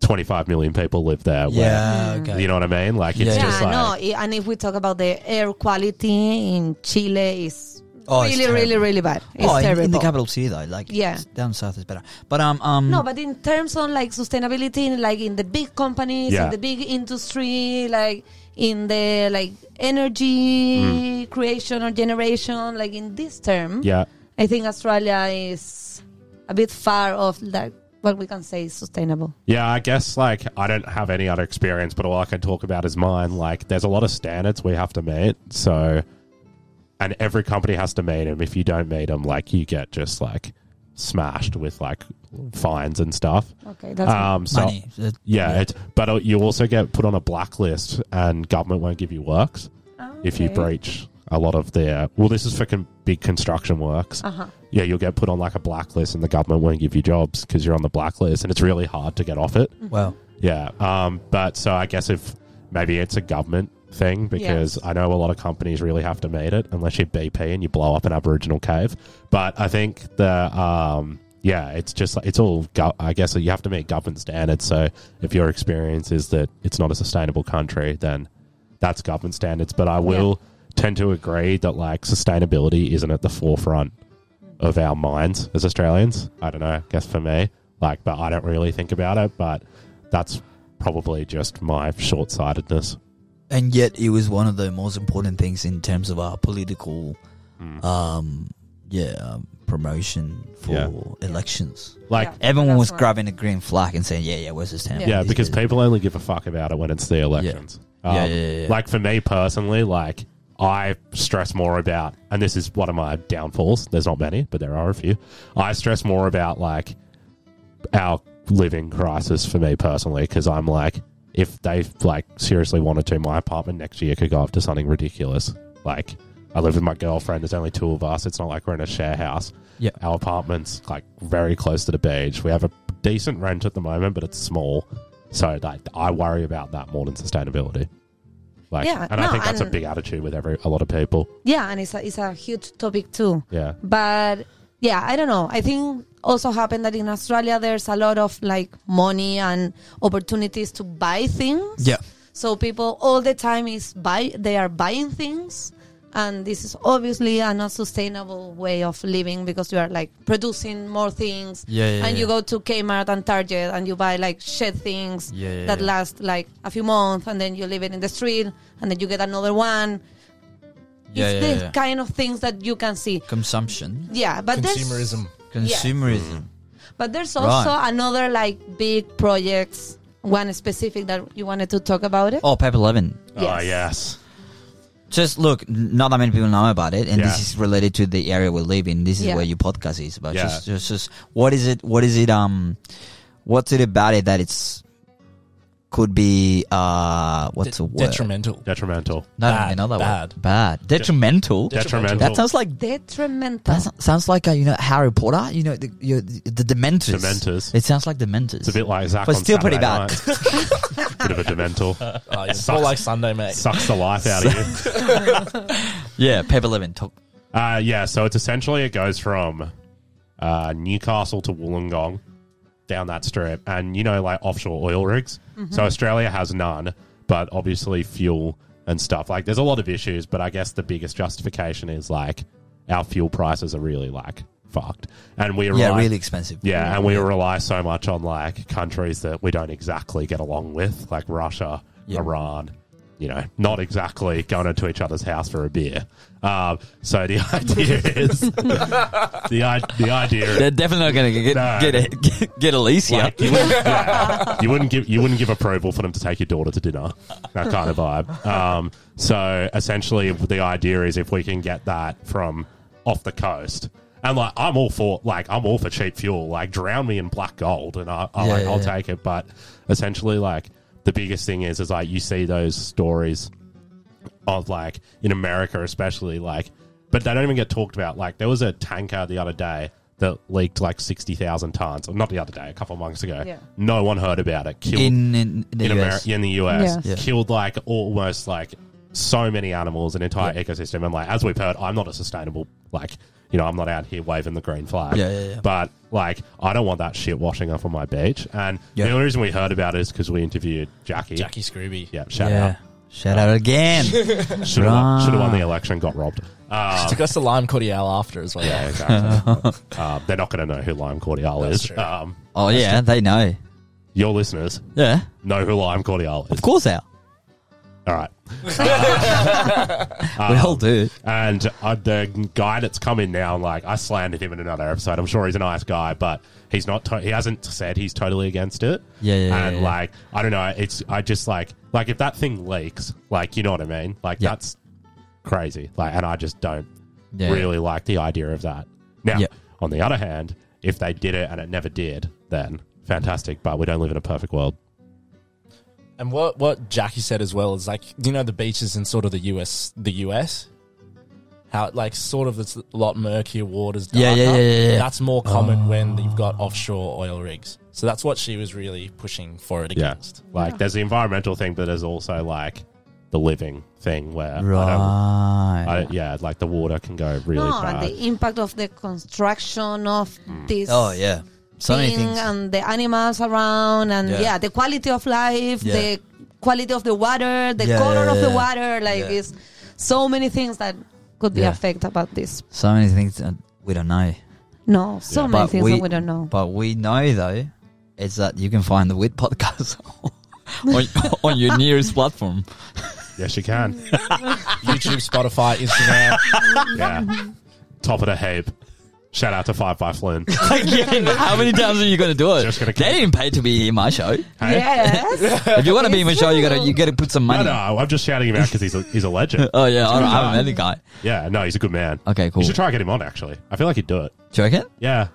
twenty five million people live there. where- Mm. Okay. You know what I mean? Like it's Yeah. just like no, i- and if we talk about the air quality in Chile, is Oh, it's really, really, terrible. really bad. It's oh, in, terrible. in the capital city though, like Yeah. it's down south is better. But um, Mm. um, no, but in terms of like sustainability, in, like in the big companies, Yeah. in the big industry, like in the like energy creation or generation, like in this term, Mm. Yeah. I think Australia is a bit far off like what we can say is sustainable. Yeah, I guess like I don't have any other experience, but all I can talk about is mine. Like, there's a lot of standards we have to meet, so and every company has to meet them. If you don't meet them, like you get just like smashed with like fines and stuff. Okay, that's Um, so money. Uh, yeah, It, but uh, you also get put on a blacklist, and government won't give you works if you breach a lot of their. Well, this is for con- big construction works. Uh huh. Yeah, you'll get put on like a blacklist, and the government won't give you jobs because you're on the blacklist, and it's really hard to get off it. Wow. Yeah. Um, but so I guess if maybe it's a government thing because I know a lot of companies really have to meet it unless you're BP and you blow up an Aboriginal cave. But I think the um, yeah, it's just like- it's all go- I guess you have to meet government standards. So if your experience is that it's not a sustainable country, then that's government standards. But I will tend to agree that like sustainability isn't at the forefront of our minds as Australians. I don't know. I guess for me, like, but I don't really think about it. But that's probably just my short sightedness. and yet it was one of the most important things in terms of our political Mm. um yeah um, promotion for elections Like, Yeah. everyone That's was right. grabbing a green flag and saying yeah yeah where's this town yeah, because people only give a fuck about it when it's the elections. Um, Yeah, yeah, yeah, yeah. Like for me personally, like I stress more about, and this is one of my downfalls. There's not many, but there are a few. I stress more about like our living crisis for me personally because I'm like, if they like seriously wanted to, my apartment next year could go up to something ridiculous. Like I live with my girlfriend. There's only two of us. It's not like we're in a share house. Yeah. Our apartment's like very close to the beach. We have a decent rent at the moment, but it's small. So like I worry about that more than sustainability. Like, Yeah, and I no, think that's a and- big attitude with every a lot of people. Yeah, and it's a, it's a huge topic too. Yeah. But yeah, I don't know. I think also happened that in Australia there's a lot of like money and opportunities to buy things. yeah So people all the time is buy they are buying things and this is obviously a not sustainable way of living because you are like producing more things Yeah, yeah, and you yeah. go to Kmart and Target and you buy like shit things Yeah, yeah, that yeah. last like a few months and then you leave it in the street and then you get another one. yeah, it's yeah, the yeah. kind of things that you can see. consumption Yeah, but there's Consumerism. consumerism Mm. But there's also Right. another like big projects, one specific that you wanted to talk about it. oh paper 11 Oh yes. just look n- not that many people know about it and this Yeah. is related to the area we live in this is Yeah. where your podcast is about Yeah. just, just just what is it what is it um what's it about it that it's could be uh what's De- the word detrimental. Detrimental. no, Bad, another bad. word bad detrimental Detrimental. that sounds like Detrimental. that so- sounds like uh, you know Harry Potter you know the you the Dementors Dementors. it sounds like Dementors It's a bit like Zach. But on still pretty Saturday night. bit of a demental. Oh, yeah. It's Sucks. more like Sunday, mate. Sucks the life out of you. yeah paper 11 talk Uh, yeah, so it's essentially it goes from uh, Newcastle to Wollongong down that strip, and you know, like offshore oil rigs. So Australia has none, but obviously fuel and stuff. Like, there's a lot of issues, but I guess the biggest justification is like our fuel prices are really like fucked, and we yeah rely- really expensive yeah, and we rely so much on like countries that we don't exactly get along with, like Russia, Yeah. Iran. You know, not exactly going into each other's house for a beer. Um, so the idea is the I- the idea. they're definitely not gonna get No. get, a, get get Alicia Like, you, wouldn't, yeah, you wouldn't give you wouldn't give approval for them to take your daughter to dinner. That kind of vibe. Um, so essentially, the idea is if we can get that from off the coast, and like I'm all for like I'm all for cheap fuel. Like drown me in black gold, and I, I Yeah, like, yeah, I'll yeah. take it. But essentially, like the biggest thing is is like you see those stories of like in America, especially like, but they don't even get talked about. Like, there was a tanker the other day that leaked like 60,000 tons, or not the other day, a couple of months ago. Yeah. No one heard about it. Killed in in the in, US. America, in the US, Yes. Yeah. killed like almost like so many animals, an entire ecosystem. And like as we've heard, I'm not a sustainable like you know I'm not out here waving the green flag. Yeah, yeah, yeah. But like I don't want that shit washing up on my beach. And Yeah. the only reason we heard about it is because we interviewed Jackie. Jackie Scrooby. Yeah, shout yeah. Shout out again. out. Should have won, Right. should've won the election, got robbed. Um, Took us to Lime Cordial after as well. yeah, exactly. um, they're not going to know who Lime Cordial That's is. true. Um, oh yeah, they know. your listeners Yeah, know who Lime Cordial is. of course they are. All right. we Ah. all do. And uh, the guy that's come in now, like I slandered him in another episode. I'm sure he's a nice guy, but he's not. To- he hasn't said he's totally against it. Yeah, yeah, yeah, And yeah. like I don't know. It's I just like like if that thing leaks, like you know what I mean. Like Yeah. that's crazy. Like, and I just don't Yeah. really like the idea of that. Now, Yeah. on the other hand, if they did it and it never did, then fantastic. But we don't live in a perfect world. And what what Jackie said as well is like you know the beaches in sort of the US the US how it like sort of it's a lot murkier waters. Darker. Yeah, yeah, yeah, yeah, yeah. That's more common Oh. when you've got offshore oil rigs. So that's what she was really pushing for it Yeah. against. Like, there's the environmental thing, but there's also like the living thing where I don't. Right. I, yeah, like the water can go really no, bad. Mm. the impact of the construction of this oh yeah. So many thing things. and the animals around and Yeah. yeah, the quality of life, Yeah. the quality of the water, the Yeah, color yeah, of the yeah. water, like Yeah. it's so many things that could be Yeah. affected about this. So many things that we don't know. No, so many But things we- that we don't know. But we know though, is that you can find the WIT podcast on, on your nearest platform. yes, you can. YouTube, Spotify, Instagram. yeah. Top of the heap. Shout out to Five by Flynn. Again, how many times are you going to do it? Just gonna they keep- didn't pay to be in my show. Hey? Yes. If you want to be in my show, you got to you got to put some No, money. no, I'm just shouting him out because he's a, he's a legend. Oh yeah, I, good I guy. haven't met the guy. Yeah, no, he's a good man. Okay, cool. You should try and get him on. Actually, I feel like he'd do it. Do you reckon? Yeah,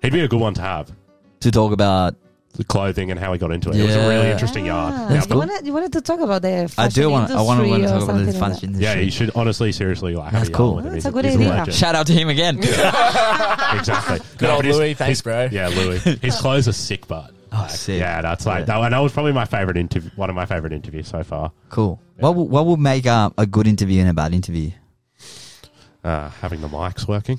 he'd be a good one to have. To talk about, The clothing and how he got into it. It was a Yeah. really interesting Ah, yarn. you, Yeah, but- wanted, you wanted to talk about the fashion I do want I want industry to or talk about the something like fashion yeah, industry. you should honestly, seriously, like That's have a yarn cool. with him. That's He's a good he's idea. legend. Shout out to him again. exactly. Good old but his- Louis, thanks, his- bro. Yeah, Louis. His clothes are sick, but Ah. Oh, sick. yeah, that's like Yeah. that. And that was probably my favorite interview. One of my favorite interviews so far. Cool. What would, what would make um, a good interview and a bad interview? Uh, having the mics working.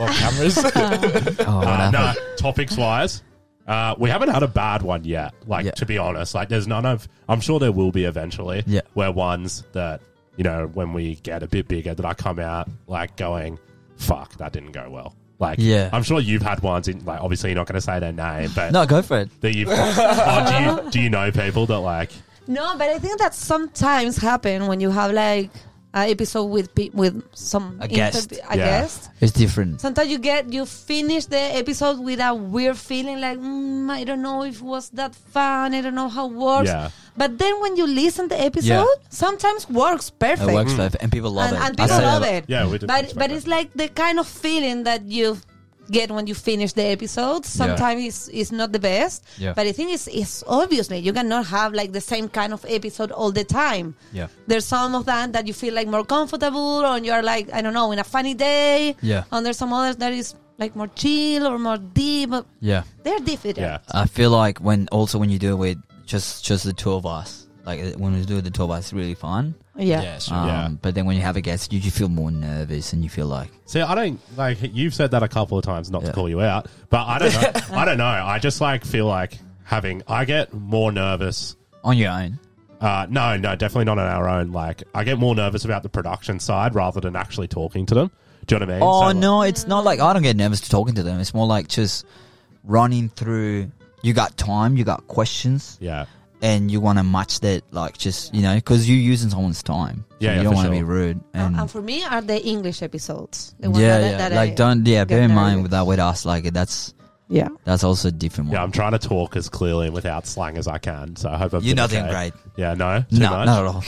or cameras. Oh, what Uh, happened? no, topics wise, uh, we haven't had a bad one yet. Like Yeah. to be honest, like there's none of. I'm sure there will be eventually. Yeah. where ones that you know when we get a bit bigger that I come out like going, "Fuck, that didn't go well." Like, Yeah. I'm sure you've had ones in like obviously you're not going to say their name, but No, go for it. that you've. oh, do you do you know people that like? that. No, but I think that sometimes happen when you have like an episode with pe- with some A guest. interview- a Yeah. guest. It's different. Sometimes you get you finish the episode with a weird feeling like mm, I don't know if it was that fun. I don't know how it works. Yeah. But then when you listen the episode, sometimes works It perfect. works perfect, and people love and, it. and I people say love that- it. Yeah, we didn't But expect but that. it's like the kind of feeling that you get when you finish the episode. Sometimes it's, it's not the best. Yeah. But I think it's it's obviously you cannot have like the same kind of episode all the time. Yeah. There's some of that that you feel like more comfortable or you're like, I don't know, in a funny day. Yeah. And there's some others that is like more chill or more deep. Yeah. They're different. Yeah, I feel like when also when you do it with just just the two of us, like uh, when we do it the two of us, it's really fun. Yeah. Yeah, sure. Um, Yeah. But then when you have a guest, you, you feel more nervous and you feel like See, I don't like you've said that a couple of times not Yeah. to call you out, but I don't know. I don't know. I just like feel like having. I get more nervous on your own. Uh, no, no, definitely not on our own. Like, I get more nervous about the production side rather than actually talking to them. Do you know what I mean? Oh So, like, no, it's not like I don't get nervous to talking to them. It's more like just running through. You got time, you got questions, Yeah, and you want to match that. Like just you know, because you're using someone's time. So Yeah, you yeah, don't for want to be sure. rude. And, And for me, are the English episodes the ones yeah, that I- yeah. that like I- don't yeah. get Bear in mind nervous. with that with us, like that's Yeah, that's also a different one. yeah. I'm trying to talk as clearly and without slang as I can. So I hope I'm. You're not doing okay. great. Yeah, no, too No, much. not at all.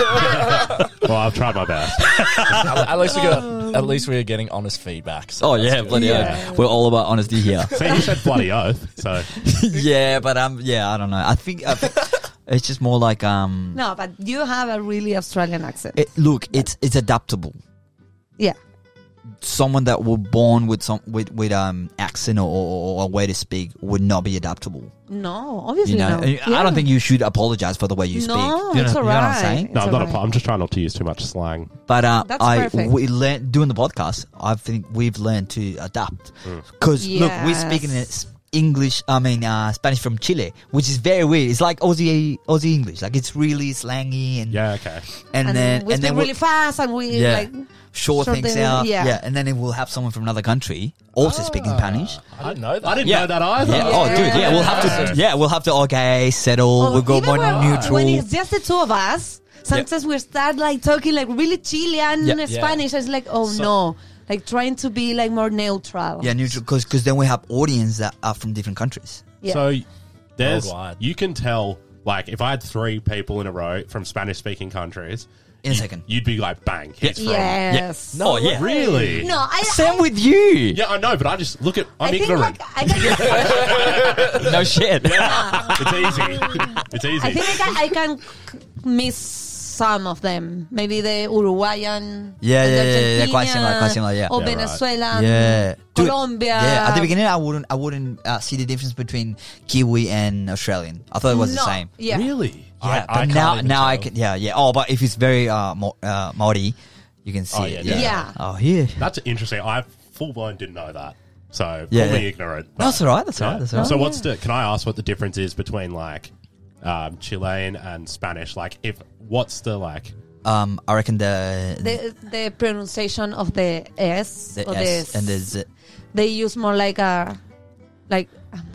Well, I've tried my best. at least we got. At least we are getting honest feedback. so Oh that's yeah, good. bloody Yeah. oath. We're all about honesty here. See, you said bloody oath. So yeah, but um, yeah, I don't know. I think, I think it's just more like um. no, but you have a really Australian accent. It, look, it's it's adaptable. yeah, Someone that were born with some with with um accent or, or, or a way to speak would not be adaptable. no, You obviously know, no. And I Yeah. don't think you should apologize for the way you speak. No, you know, it's you know what I'm alright. saying? no, It's I'm not. alright. A, I'm just trying not to use too much slang. But uh, That's I perfect. we learn doing the podcast. I think we've learned to adapt Mm. because look, we're Yes. speaking in s- English. I mean uh, Spanish from Chile, which is very weird. It's like Aussie Aussie English. Like it's really slangy and Yeah, okay. and, and then we and then speak we'll really fast and we Yeah. like short short things the- out. Yeah. yeah. and then it will have someone from another country also speaking Spanish. I didn't know that. I didn't Ah. know that either. Yeah. Oh, dude. Yeah, we'll have to. Yeah, we'll have to. Okay, settle. Well, we'll go Oh, even uh, more when, neutral. when it's just the two of us sometimes we start like talking like really Chilean Yeah. Spanish it's like oh no like trying to be like more neutral yeah, neutral. Because then we have audience that are from different countries. Yeah. So there's Worldwide. you can tell like if I had three people in a row from Spanish speaking countries, In a second. you'd be like bang, he's from yes No, Oh, yeah. really. no I, Same I, with you. Yeah, I know, but I just look at. I'm I think ignorant. like I can, No shit. uh, it's easy. It's easy. I think I can, I can c- miss some of them. Maybe the Uruguayan. Yeah, and yeah, yeah, yeah, yeah, quite Argentina, similar, quite similar, yeah. Or Yeah, right. Venezuela. yeah, Dude, Colombia. Yeah, at the beginning, I wouldn't, I wouldn't uh, see the difference between Kiwi and Australian. I thought it was the No, same. Yeah. Really? Yeah, but now, now I can, yeah, yeah. Oh, but if it's very uh, Mo- uh Maori, you can see Oh, it. yeah, Yeah. Yeah. Oh, yeah. That's interesting. I full blown didn't know that. So Yeah, fully yeah. ignorant. but- That's all right. That's all Yeah. right. That's all right. Oh, So what's the? Can I ask what the difference is between like um, Chilean and Spanish? Like, if what's the like? um, I reckon the The, the pronunciation of the S the or S the and the Z. they use more like a like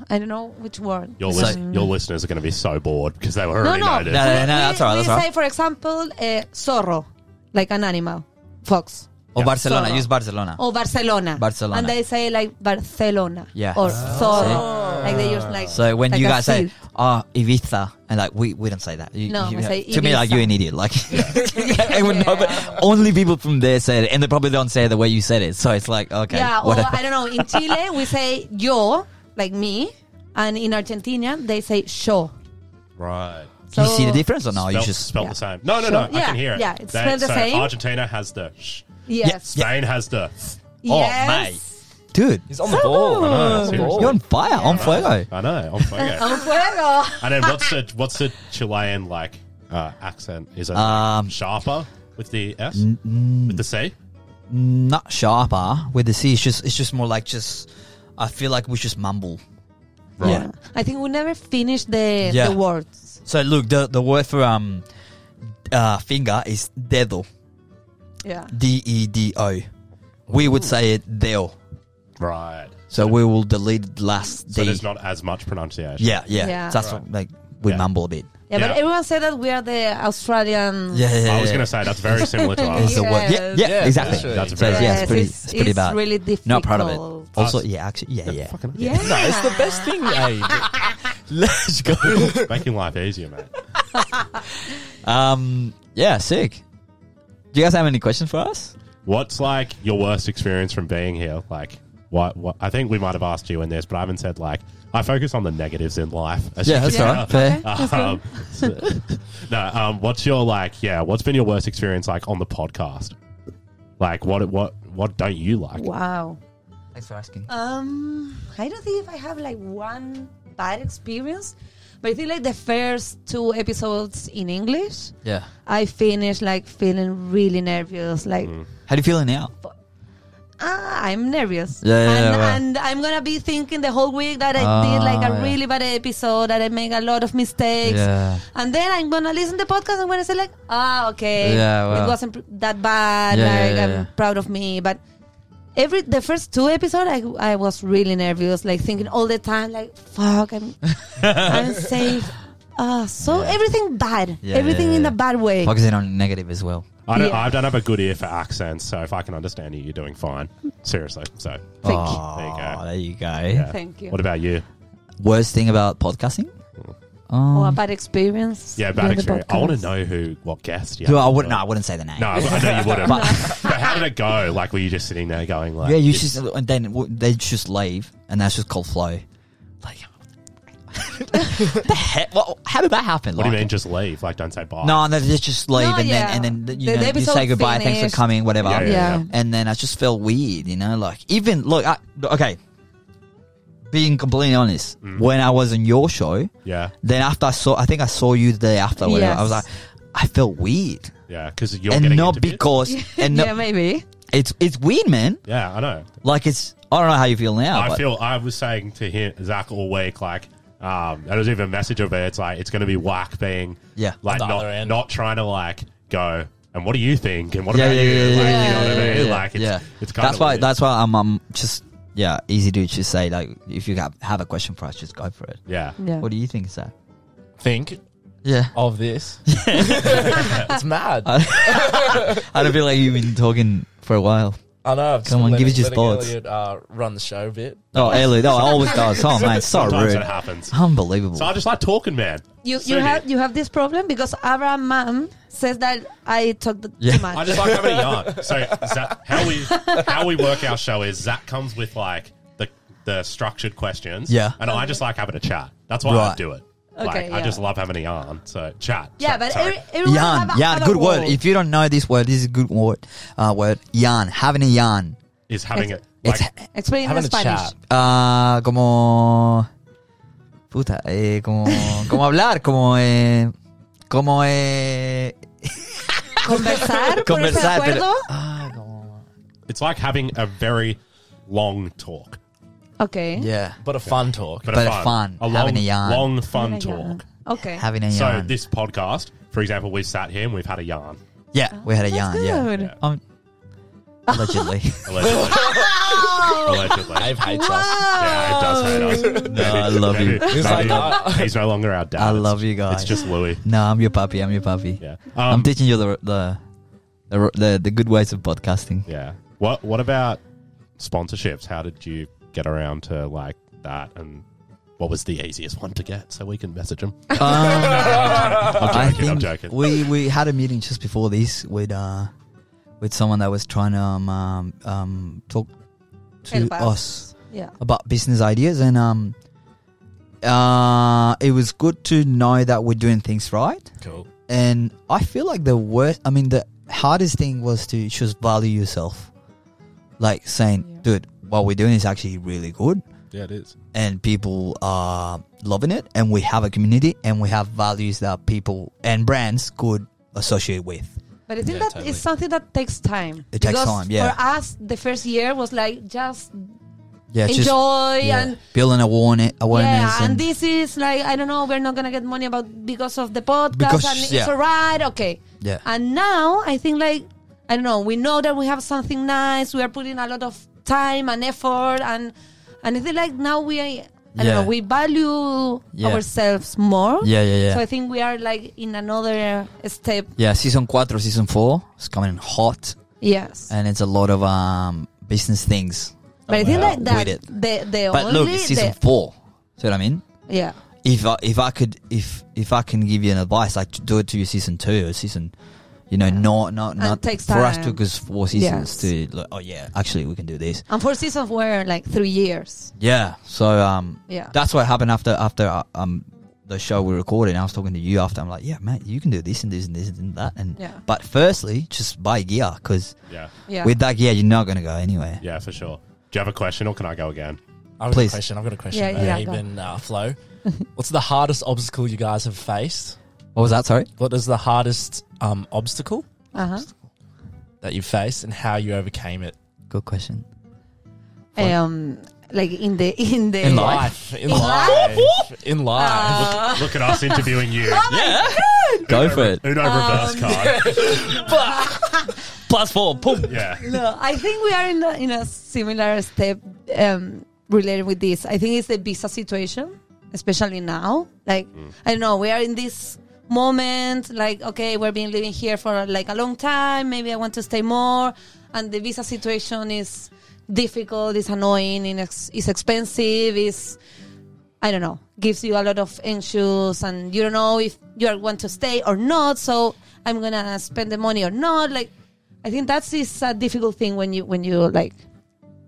I don't know which word. Your So- lis- your listeners are going to be so bored because they were no, already no, noted. No, no, no, that's all right, We that's all say, for example, uh, zorro, like an animal, fox, Or Yeah. Barcelona. Solo. Use Barcelona. or Barcelona. Barcelona. And they say like Barcelona. Yeah. Or Ah. zorro. Like they use like. So when like you a guys say seal. "ah Ibiza," and like we, we don't say that. You- No, you- we say to me, like Ibiza. you're an idiot. Like everyone know, but Yeah. only people from there say it, and they probably don't say it the way you said it. So it's like okay, Yeah, or whatever. I don't know. In Chile, we say yo, like me. And in Argentina, they say yo. Right. Do you see the So- difference or no? you Spelt, just spelled Yeah. the same. No, no, Sure. no. I Yeah, can hear it. yeah, it's They- spelled the so same. Argentina has the sh. Yes. Spain has the. Oh, mate. yes. dude, He's on the ball. Oh. I know, On the seriously. ball. you're on fire, on fuego. I know. I'm fucking- Un fuego. and then what's the what's the Chilean like uh, accent? Is it Um, sharper with the S with the C? Not sharper with the C. It's just it's just more like just. I feel like we just mumble. Right. Yeah. I think we never finished the, Yeah. the words. So look, the the word for um, uh, finger is dedo, Yeah. d e d o. We would say it del. Right. So we will delete last So D. there's not as much pronunciation. yeah, yeah, Yeah. That's what, like we Yeah. mumble a bit. Yeah, Yeah. but everyone said that we are the Australian. Yeah, yeah. I was going to say that's very similar to It's us. a word. Yeah, Yes. yeah, Yeah, exactly. actually. That's So very yeah, it's Yes, pretty, it's- it's, pretty it's bad. really Not proud of it. difficult. Also, yeah, actually, yeah, yeah. Yeah. No, it's the best thing, Abe. Let's go. Making life easier, mate. Um, yeah, sick. Do you guys have any questions for us? What's like your worst experience from being here? Like, what? What? I think we might have asked you in this, but I haven't said like I focus on the negatives in life. as Yeah, you that's can all right. Fair. Um, no, um, what's your like? Yeah, what's been your worst experience like on the podcast? Like, what, what, what don't you like? Wow. Thanks for asking. Um, I don't think if I have like one bad experience, but I think like the first two episodes in English, Yeah. I finished like feeling really nervous. Like, How do you feeling now? ah, I'm nervous. Yeah, yeah, and, yeah, well. and I'm gonna be thinking the whole week that I did Ah, like a yeah. really bad episode, that I make a lot of mistakes. Yeah. And then I'm gonna listen to the podcast and when I say like, ah, okay, Yeah, well. it wasn't pr- that bad. Yeah, yeah, like yeah, I'm yeah. proud of me, but every the first two episodes, I, I was really nervous, like thinking all the time, like fuck, I'm I'm safe. Ah, so everything bad, Yeah, everything yeah, in yeah. a bad way. Focusing on negative as well. I don't. Yeah. I don't have a good ear for accents, so if I can understand you, you're doing fine. Seriously. So, Thank Oh, there you go. yeah. Thank you. What about you? Worst thing about podcasting? you. Or Oh, a Um, bad experience. Yeah, during bad the experience. I want to podcast. know who, what guest. You do I had. wouldn't. No, I wouldn't say the name. No, I I know you wouldn't. But- but how did it go? Like, were you just sitting there going like, yeah, you this- just and then w- they just leave, and that's just called flow. Like, the heck? What, how did that happen? What do you Like- mean? Just leave? Like, don't say bye. No, no, they just leave, No, and yeah. then and then you, The- know, the you say episode's goodbye. Thanks finished. for coming, whatever. Yeah, yeah, yeah. Yeah. And then I just felt weird, you know. Like even look, I, okay. Being completely honest, Mm. when I was on your show, Yeah, then after I saw, I think I saw you the day after. Whatever, I was like, Yes. I felt weird, yeah, because you're and getting not interviewed. because, and yeah, no, maybe. it's it's weird, man. Yeah, I know. Like it's, I don't know how you feel now. I but feel I was saying to him Zach all week, like um, there was even a message of it. It's like it's going to be whack being, Yeah. like On the other not end. not trying to like go. And what do you think? And what Yeah, about yeah, you? yeah, yeah, like, you know yeah, what I yeah, mean? yeah, Like, it's, yeah. it's kind that's of why weird. that's why I'm, I'm just yeah easy to just say like if you have, have a question for us, just go for it. yeah. Yeah. What do you think, Zach? Think Yeah, of this. it's mad. I, I don't feel like you've been talking for a while. know. I've just Come been on, give letting- us your letting thoughts. Elliot, uh, run the show a bit. Oh, Ellie, no, I always does. Oh man, it's so Sometimes rude, it happens. unbelievable. So I just like talking, man. You So you do have you have this problem because our mom says that I talk th- Yeah. too much. I just like having a yarn. So Zach, how we how we work our show is Zach comes with like the the structured questions, Yeah. and I just like having a chat. That's why I Right. do it. Like, Okay, I yeah. just love having a yarn. So chat. Yeah, chat, but sorry. every, everyone Yarn, have a, yarn, have a good word. wall. If you don't know this word, this is a good word. Uh, word yarn, having a yarn. is having it. Like, It's Explain in Having a Spanish. chat. ah, como puta, eh, como como hablar, como eh, como eh, Conversar, ponerse de Conversar, pero- acuerdo. ah, como it's like having a very long talk, Okay. yeah, But a fun talk. but, But a a fun, fun, a long, having a yarn. long fun Having a yarn. talk. Okay. having a So yarn. this podcast, for example, we've sat here and we've had a yarn. yeah, we had a yarn. Yeah, Good. Yeah. um, allegedly. Allegedly. Allegedly. Dave hates us. Yeah, it does hate us. No, I love you. Maybe- He's like, maybe he's no longer our dad. I It's- love you guys. It's just Louis. no, I'm your puppy. I'm your puppy. Yeah. I'm Um, teaching you the the the, the, the good ways of podcasting. yeah. What What about sponsorships? How did you get around to like that? And what was the easiest one to get so we can message them? Um, I joking, I'm think joking. we we had a meeting just before this with uh with someone that was trying to um um, um talk to Help us. us Yeah. about business ideas and um uh it was good to know that we're doing things right Cool. and I feel like the worst I mean the hardest thing was to just value yourself like saying Yeah. dude what we're doing is actually really good Yeah, it is. and people are loving it and we have a community and we have values that people and brands could associate with But I think Yeah, that totally. it's something that takes time. It takes Because time, yeah. For us, the first year was like just yeah it's just enjoy yeah, and building awareness, awareness yeah, and, and, this is like I don't know, we're not gonna get money about because of the podcast, Because- and it's yeah. alright, okay. yeah And now I think like I don't know, we know that we have something nice. We are putting a lot of time and effort, and and I think like now we are. I Yeah. don't know. We value Yeah. ourselves more. yeah yeah yeah So I think we are like in another step. yeah season 4 season 4 is coming in hot Yes. and it's a lot of um business things But I think wow. like that. With it. The the but only look it's season the- 4 see what I mean yeah. if I, if I could if if I can give you an advice like to do it to your season two or season you know not not not takes for us to time. because four seasons Yes. to like, oh yeah actually we can do this And four seasons were like three years. yeah so um Yeah. that's what happened after after uh, um the show we recorded I was talking to you after I'm like yeah man you can do this and this and this and that and Yeah. but firstly just buy gear because Yeah, Yeah. with that gear you're not gonna go anywhere yeah, for sure. Do you have a question, or can I go again? I've got a Please. question. I've got a question. Yeah, yeah, Abe go. and uh, Flo. What's the hardest obstacle you guys have faced? what was that sorry What is the hardest um, obstacle uh-huh. that you faced and how you overcame it? good question Um, like in the in Uh. the In life. In life. In life. Look, look at us interviewing you. go for it Uno reverse card. Um, plus four boom Yeah. No, I think we are in a, in a similar step um, related with this. I think it's the visa situation, especially now. Like, I don't know, we are in this moment, like, okay, we've been living here for like a long time. Maybe I want to stay more. And the visa situation is difficult, it's annoying, and it's, it's expensive, it's, I don't know, gives you a lot of anxious, and you don't know if you are want to stay or not. So I'm going to spend the money or not. Like, I think that's is a difficult thing when you when you like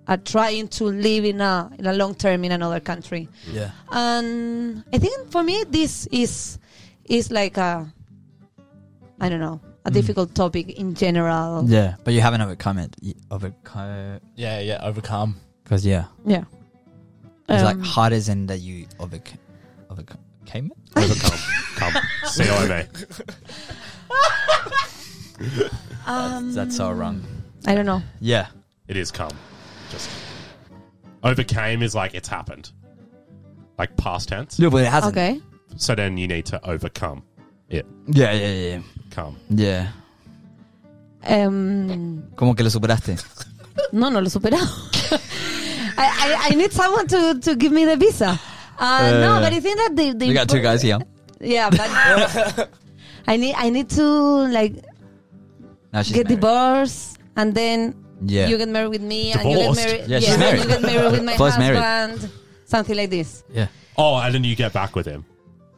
are trying to live in a in a long term in another country. yeah And I think for me this is is like a I don't know Mm. a difficult topic in general. yeah but you haven't overcome it You- overcome Yeah, yeah, overcome. because yeah Yeah. It's Um, like hard as in that you overcame, overcame it. Overcome. Come. C O M um, That's all wrong. I don't know. Yeah. It is come. Just overcame is like it's happened, like past tense. No, but it hasn't. Okay. So then you need to overcome it. Yeah, yeah, yeah. Come. Yeah. Um, Como que lo superaste? no, no lo he superado. I, I, I need someone to, to give me the visa. Uh, no, but I think that the, the We got two impor- guys here. Yeah, but I need I need to like Now she's get married. divorced and then Yeah. you get married with me and you get Divorced? married. Yeah, she's and married. You get married with my Flo's married. husband. Something like this. yeah. Oh, and then you get back with him.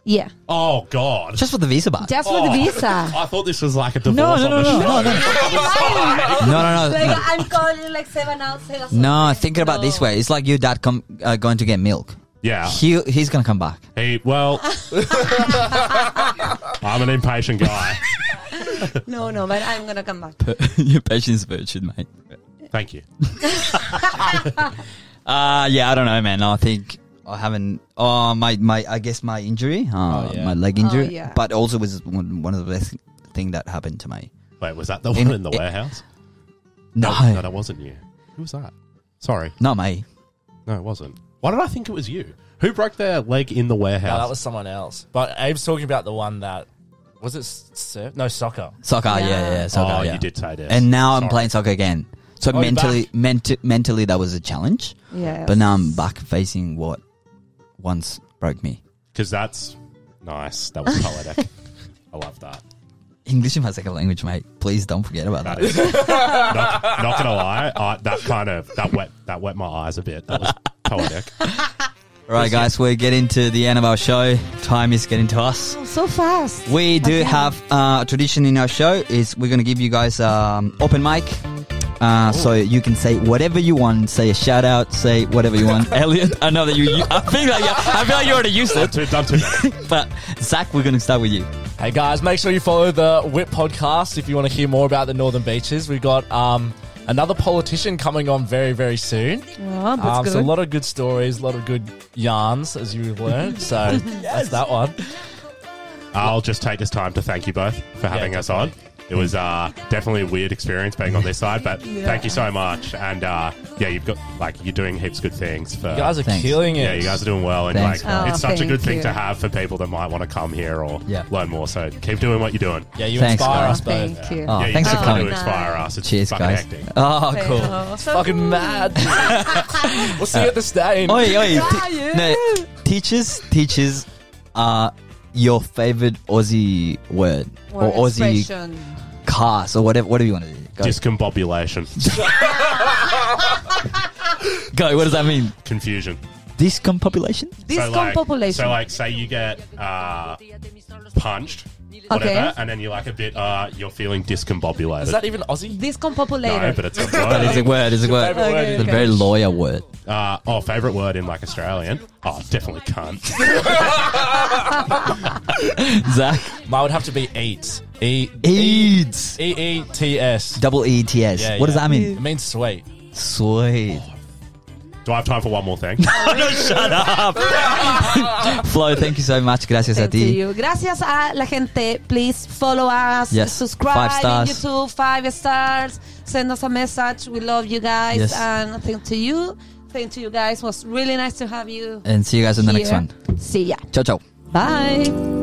Yeah, Oh God. Just for the visa bar. just for the Oh. visa. I thought this was like a divorce on the show. no, no, no. Like no. I'm calling like seven out. Seven No, think about it this way. It's like your dad come uh, going to get milk. Yeah. He he's gonna come back. He, well, I'm an impatient guy. No, no, but I'm gonna come back. Your patience virtue, mate. Thank you. Uh yeah, I don't know, man. I think I haven't. Oh, my my. I guess my injury, uh, Oh, yeah. my leg Oh, injury, yeah. but also was one, one of the best thing that happened to me. Wait, was that the In- one in the it- warehouse? No, No, that wasn't you. Who was that? Sorry. not me. No, it wasn't. Why did I think it was you? Who broke their leg in the warehouse? No, that was someone else. But Abe's talking about the one that was it. Surf? No, soccer. Soccer, yeah, yeah, Yeah. soccer. oh, yeah. you did say this. And now I'm Sorry. playing soccer again. So you're mentally, menti- mentally, that was a challenge. Yeah. But now I'm back facing what once broke me. Because that's nice. That was poetic. I love that. English is my second language, mate. Please don't forget about That that. is not, not gonna lie. I, that kind of that wet that wet my eyes a bit. That was poetic. All right, guys, we're getting to the end of our show. Time is getting to us. so fast. We do Okay. have uh, a tradition in our show is we're going to give you guys um, open mic. Uh, so you can say whatever you want, say a shout out, say whatever you want. Elliot, I know that you, you I feel like I feel like you already used it, Too, done too many. but Zach, we're going to start with you. Hey guys, make sure you follow the Whip podcast if you want to hear more about the Northern Beaches. We got um, another politician coming on very very soon. Oh, that's Um, good. so a lot of good stories, a lot of good yarns as you've learned. So that's that one. I'll just take this time to thank you both for having us on. It was uh, definitely a weird experience being on this side, but thank you so much. And uh, yeah, you've got like you're doing heaps good things for You guys are Thanks. killing it. Yeah, you guys are doing well, and Thanks, like, man. it's Oh, such a good thank thing you. to have for people that might want to come here or Yeah. learn more. So keep doing what you're doing. Yeah, you Thanks, inspire guys. us both. Thank you. Oh, yeah, thanks you for definitely coming. do inspire us. It's Cheers, fucking guys. hectic. Oh, cool. Oh, so Fucking mad. we'll see you at the stain. Oi, oi. Yeah, t- yeah. no, teachers, teachers are your favorite Aussie word Word or Aussie expression. cast or whatever. Whatever you want to do. Go. Discombobulation, go. What does that mean? confusion. Discompopulation? So, like- Discompopulation. So like, say you get uh, punched, whatever, Okay. and then you're like a bit, uh, you're feeling discombobulated. Is that even Aussie? no, Discompopulated. but it's a That is a word. word. It's a word. Favorite word Okay, It's a okay. very lawyer word. Uh, oh, favorite word in like Australian? Oh, definitely cunt. Zach Mine would have to be eats. E eats. E E T S. Double E T S. Yeah, What does yeah. that mean? It means sweet. Sweet. Do I have time for one more thing? Flo, thank you so much. Gracias a Same to ti. you. Gracias a la gente. Please follow us. Yes. Subscribe Five stars. in YouTube. Five stars. Send us a message. We love you guys. Yes. And thank to you. Thank to you guys. It was really nice to have you. And see you guys in the next here. one. See ya. Ciao, ciao. Bye.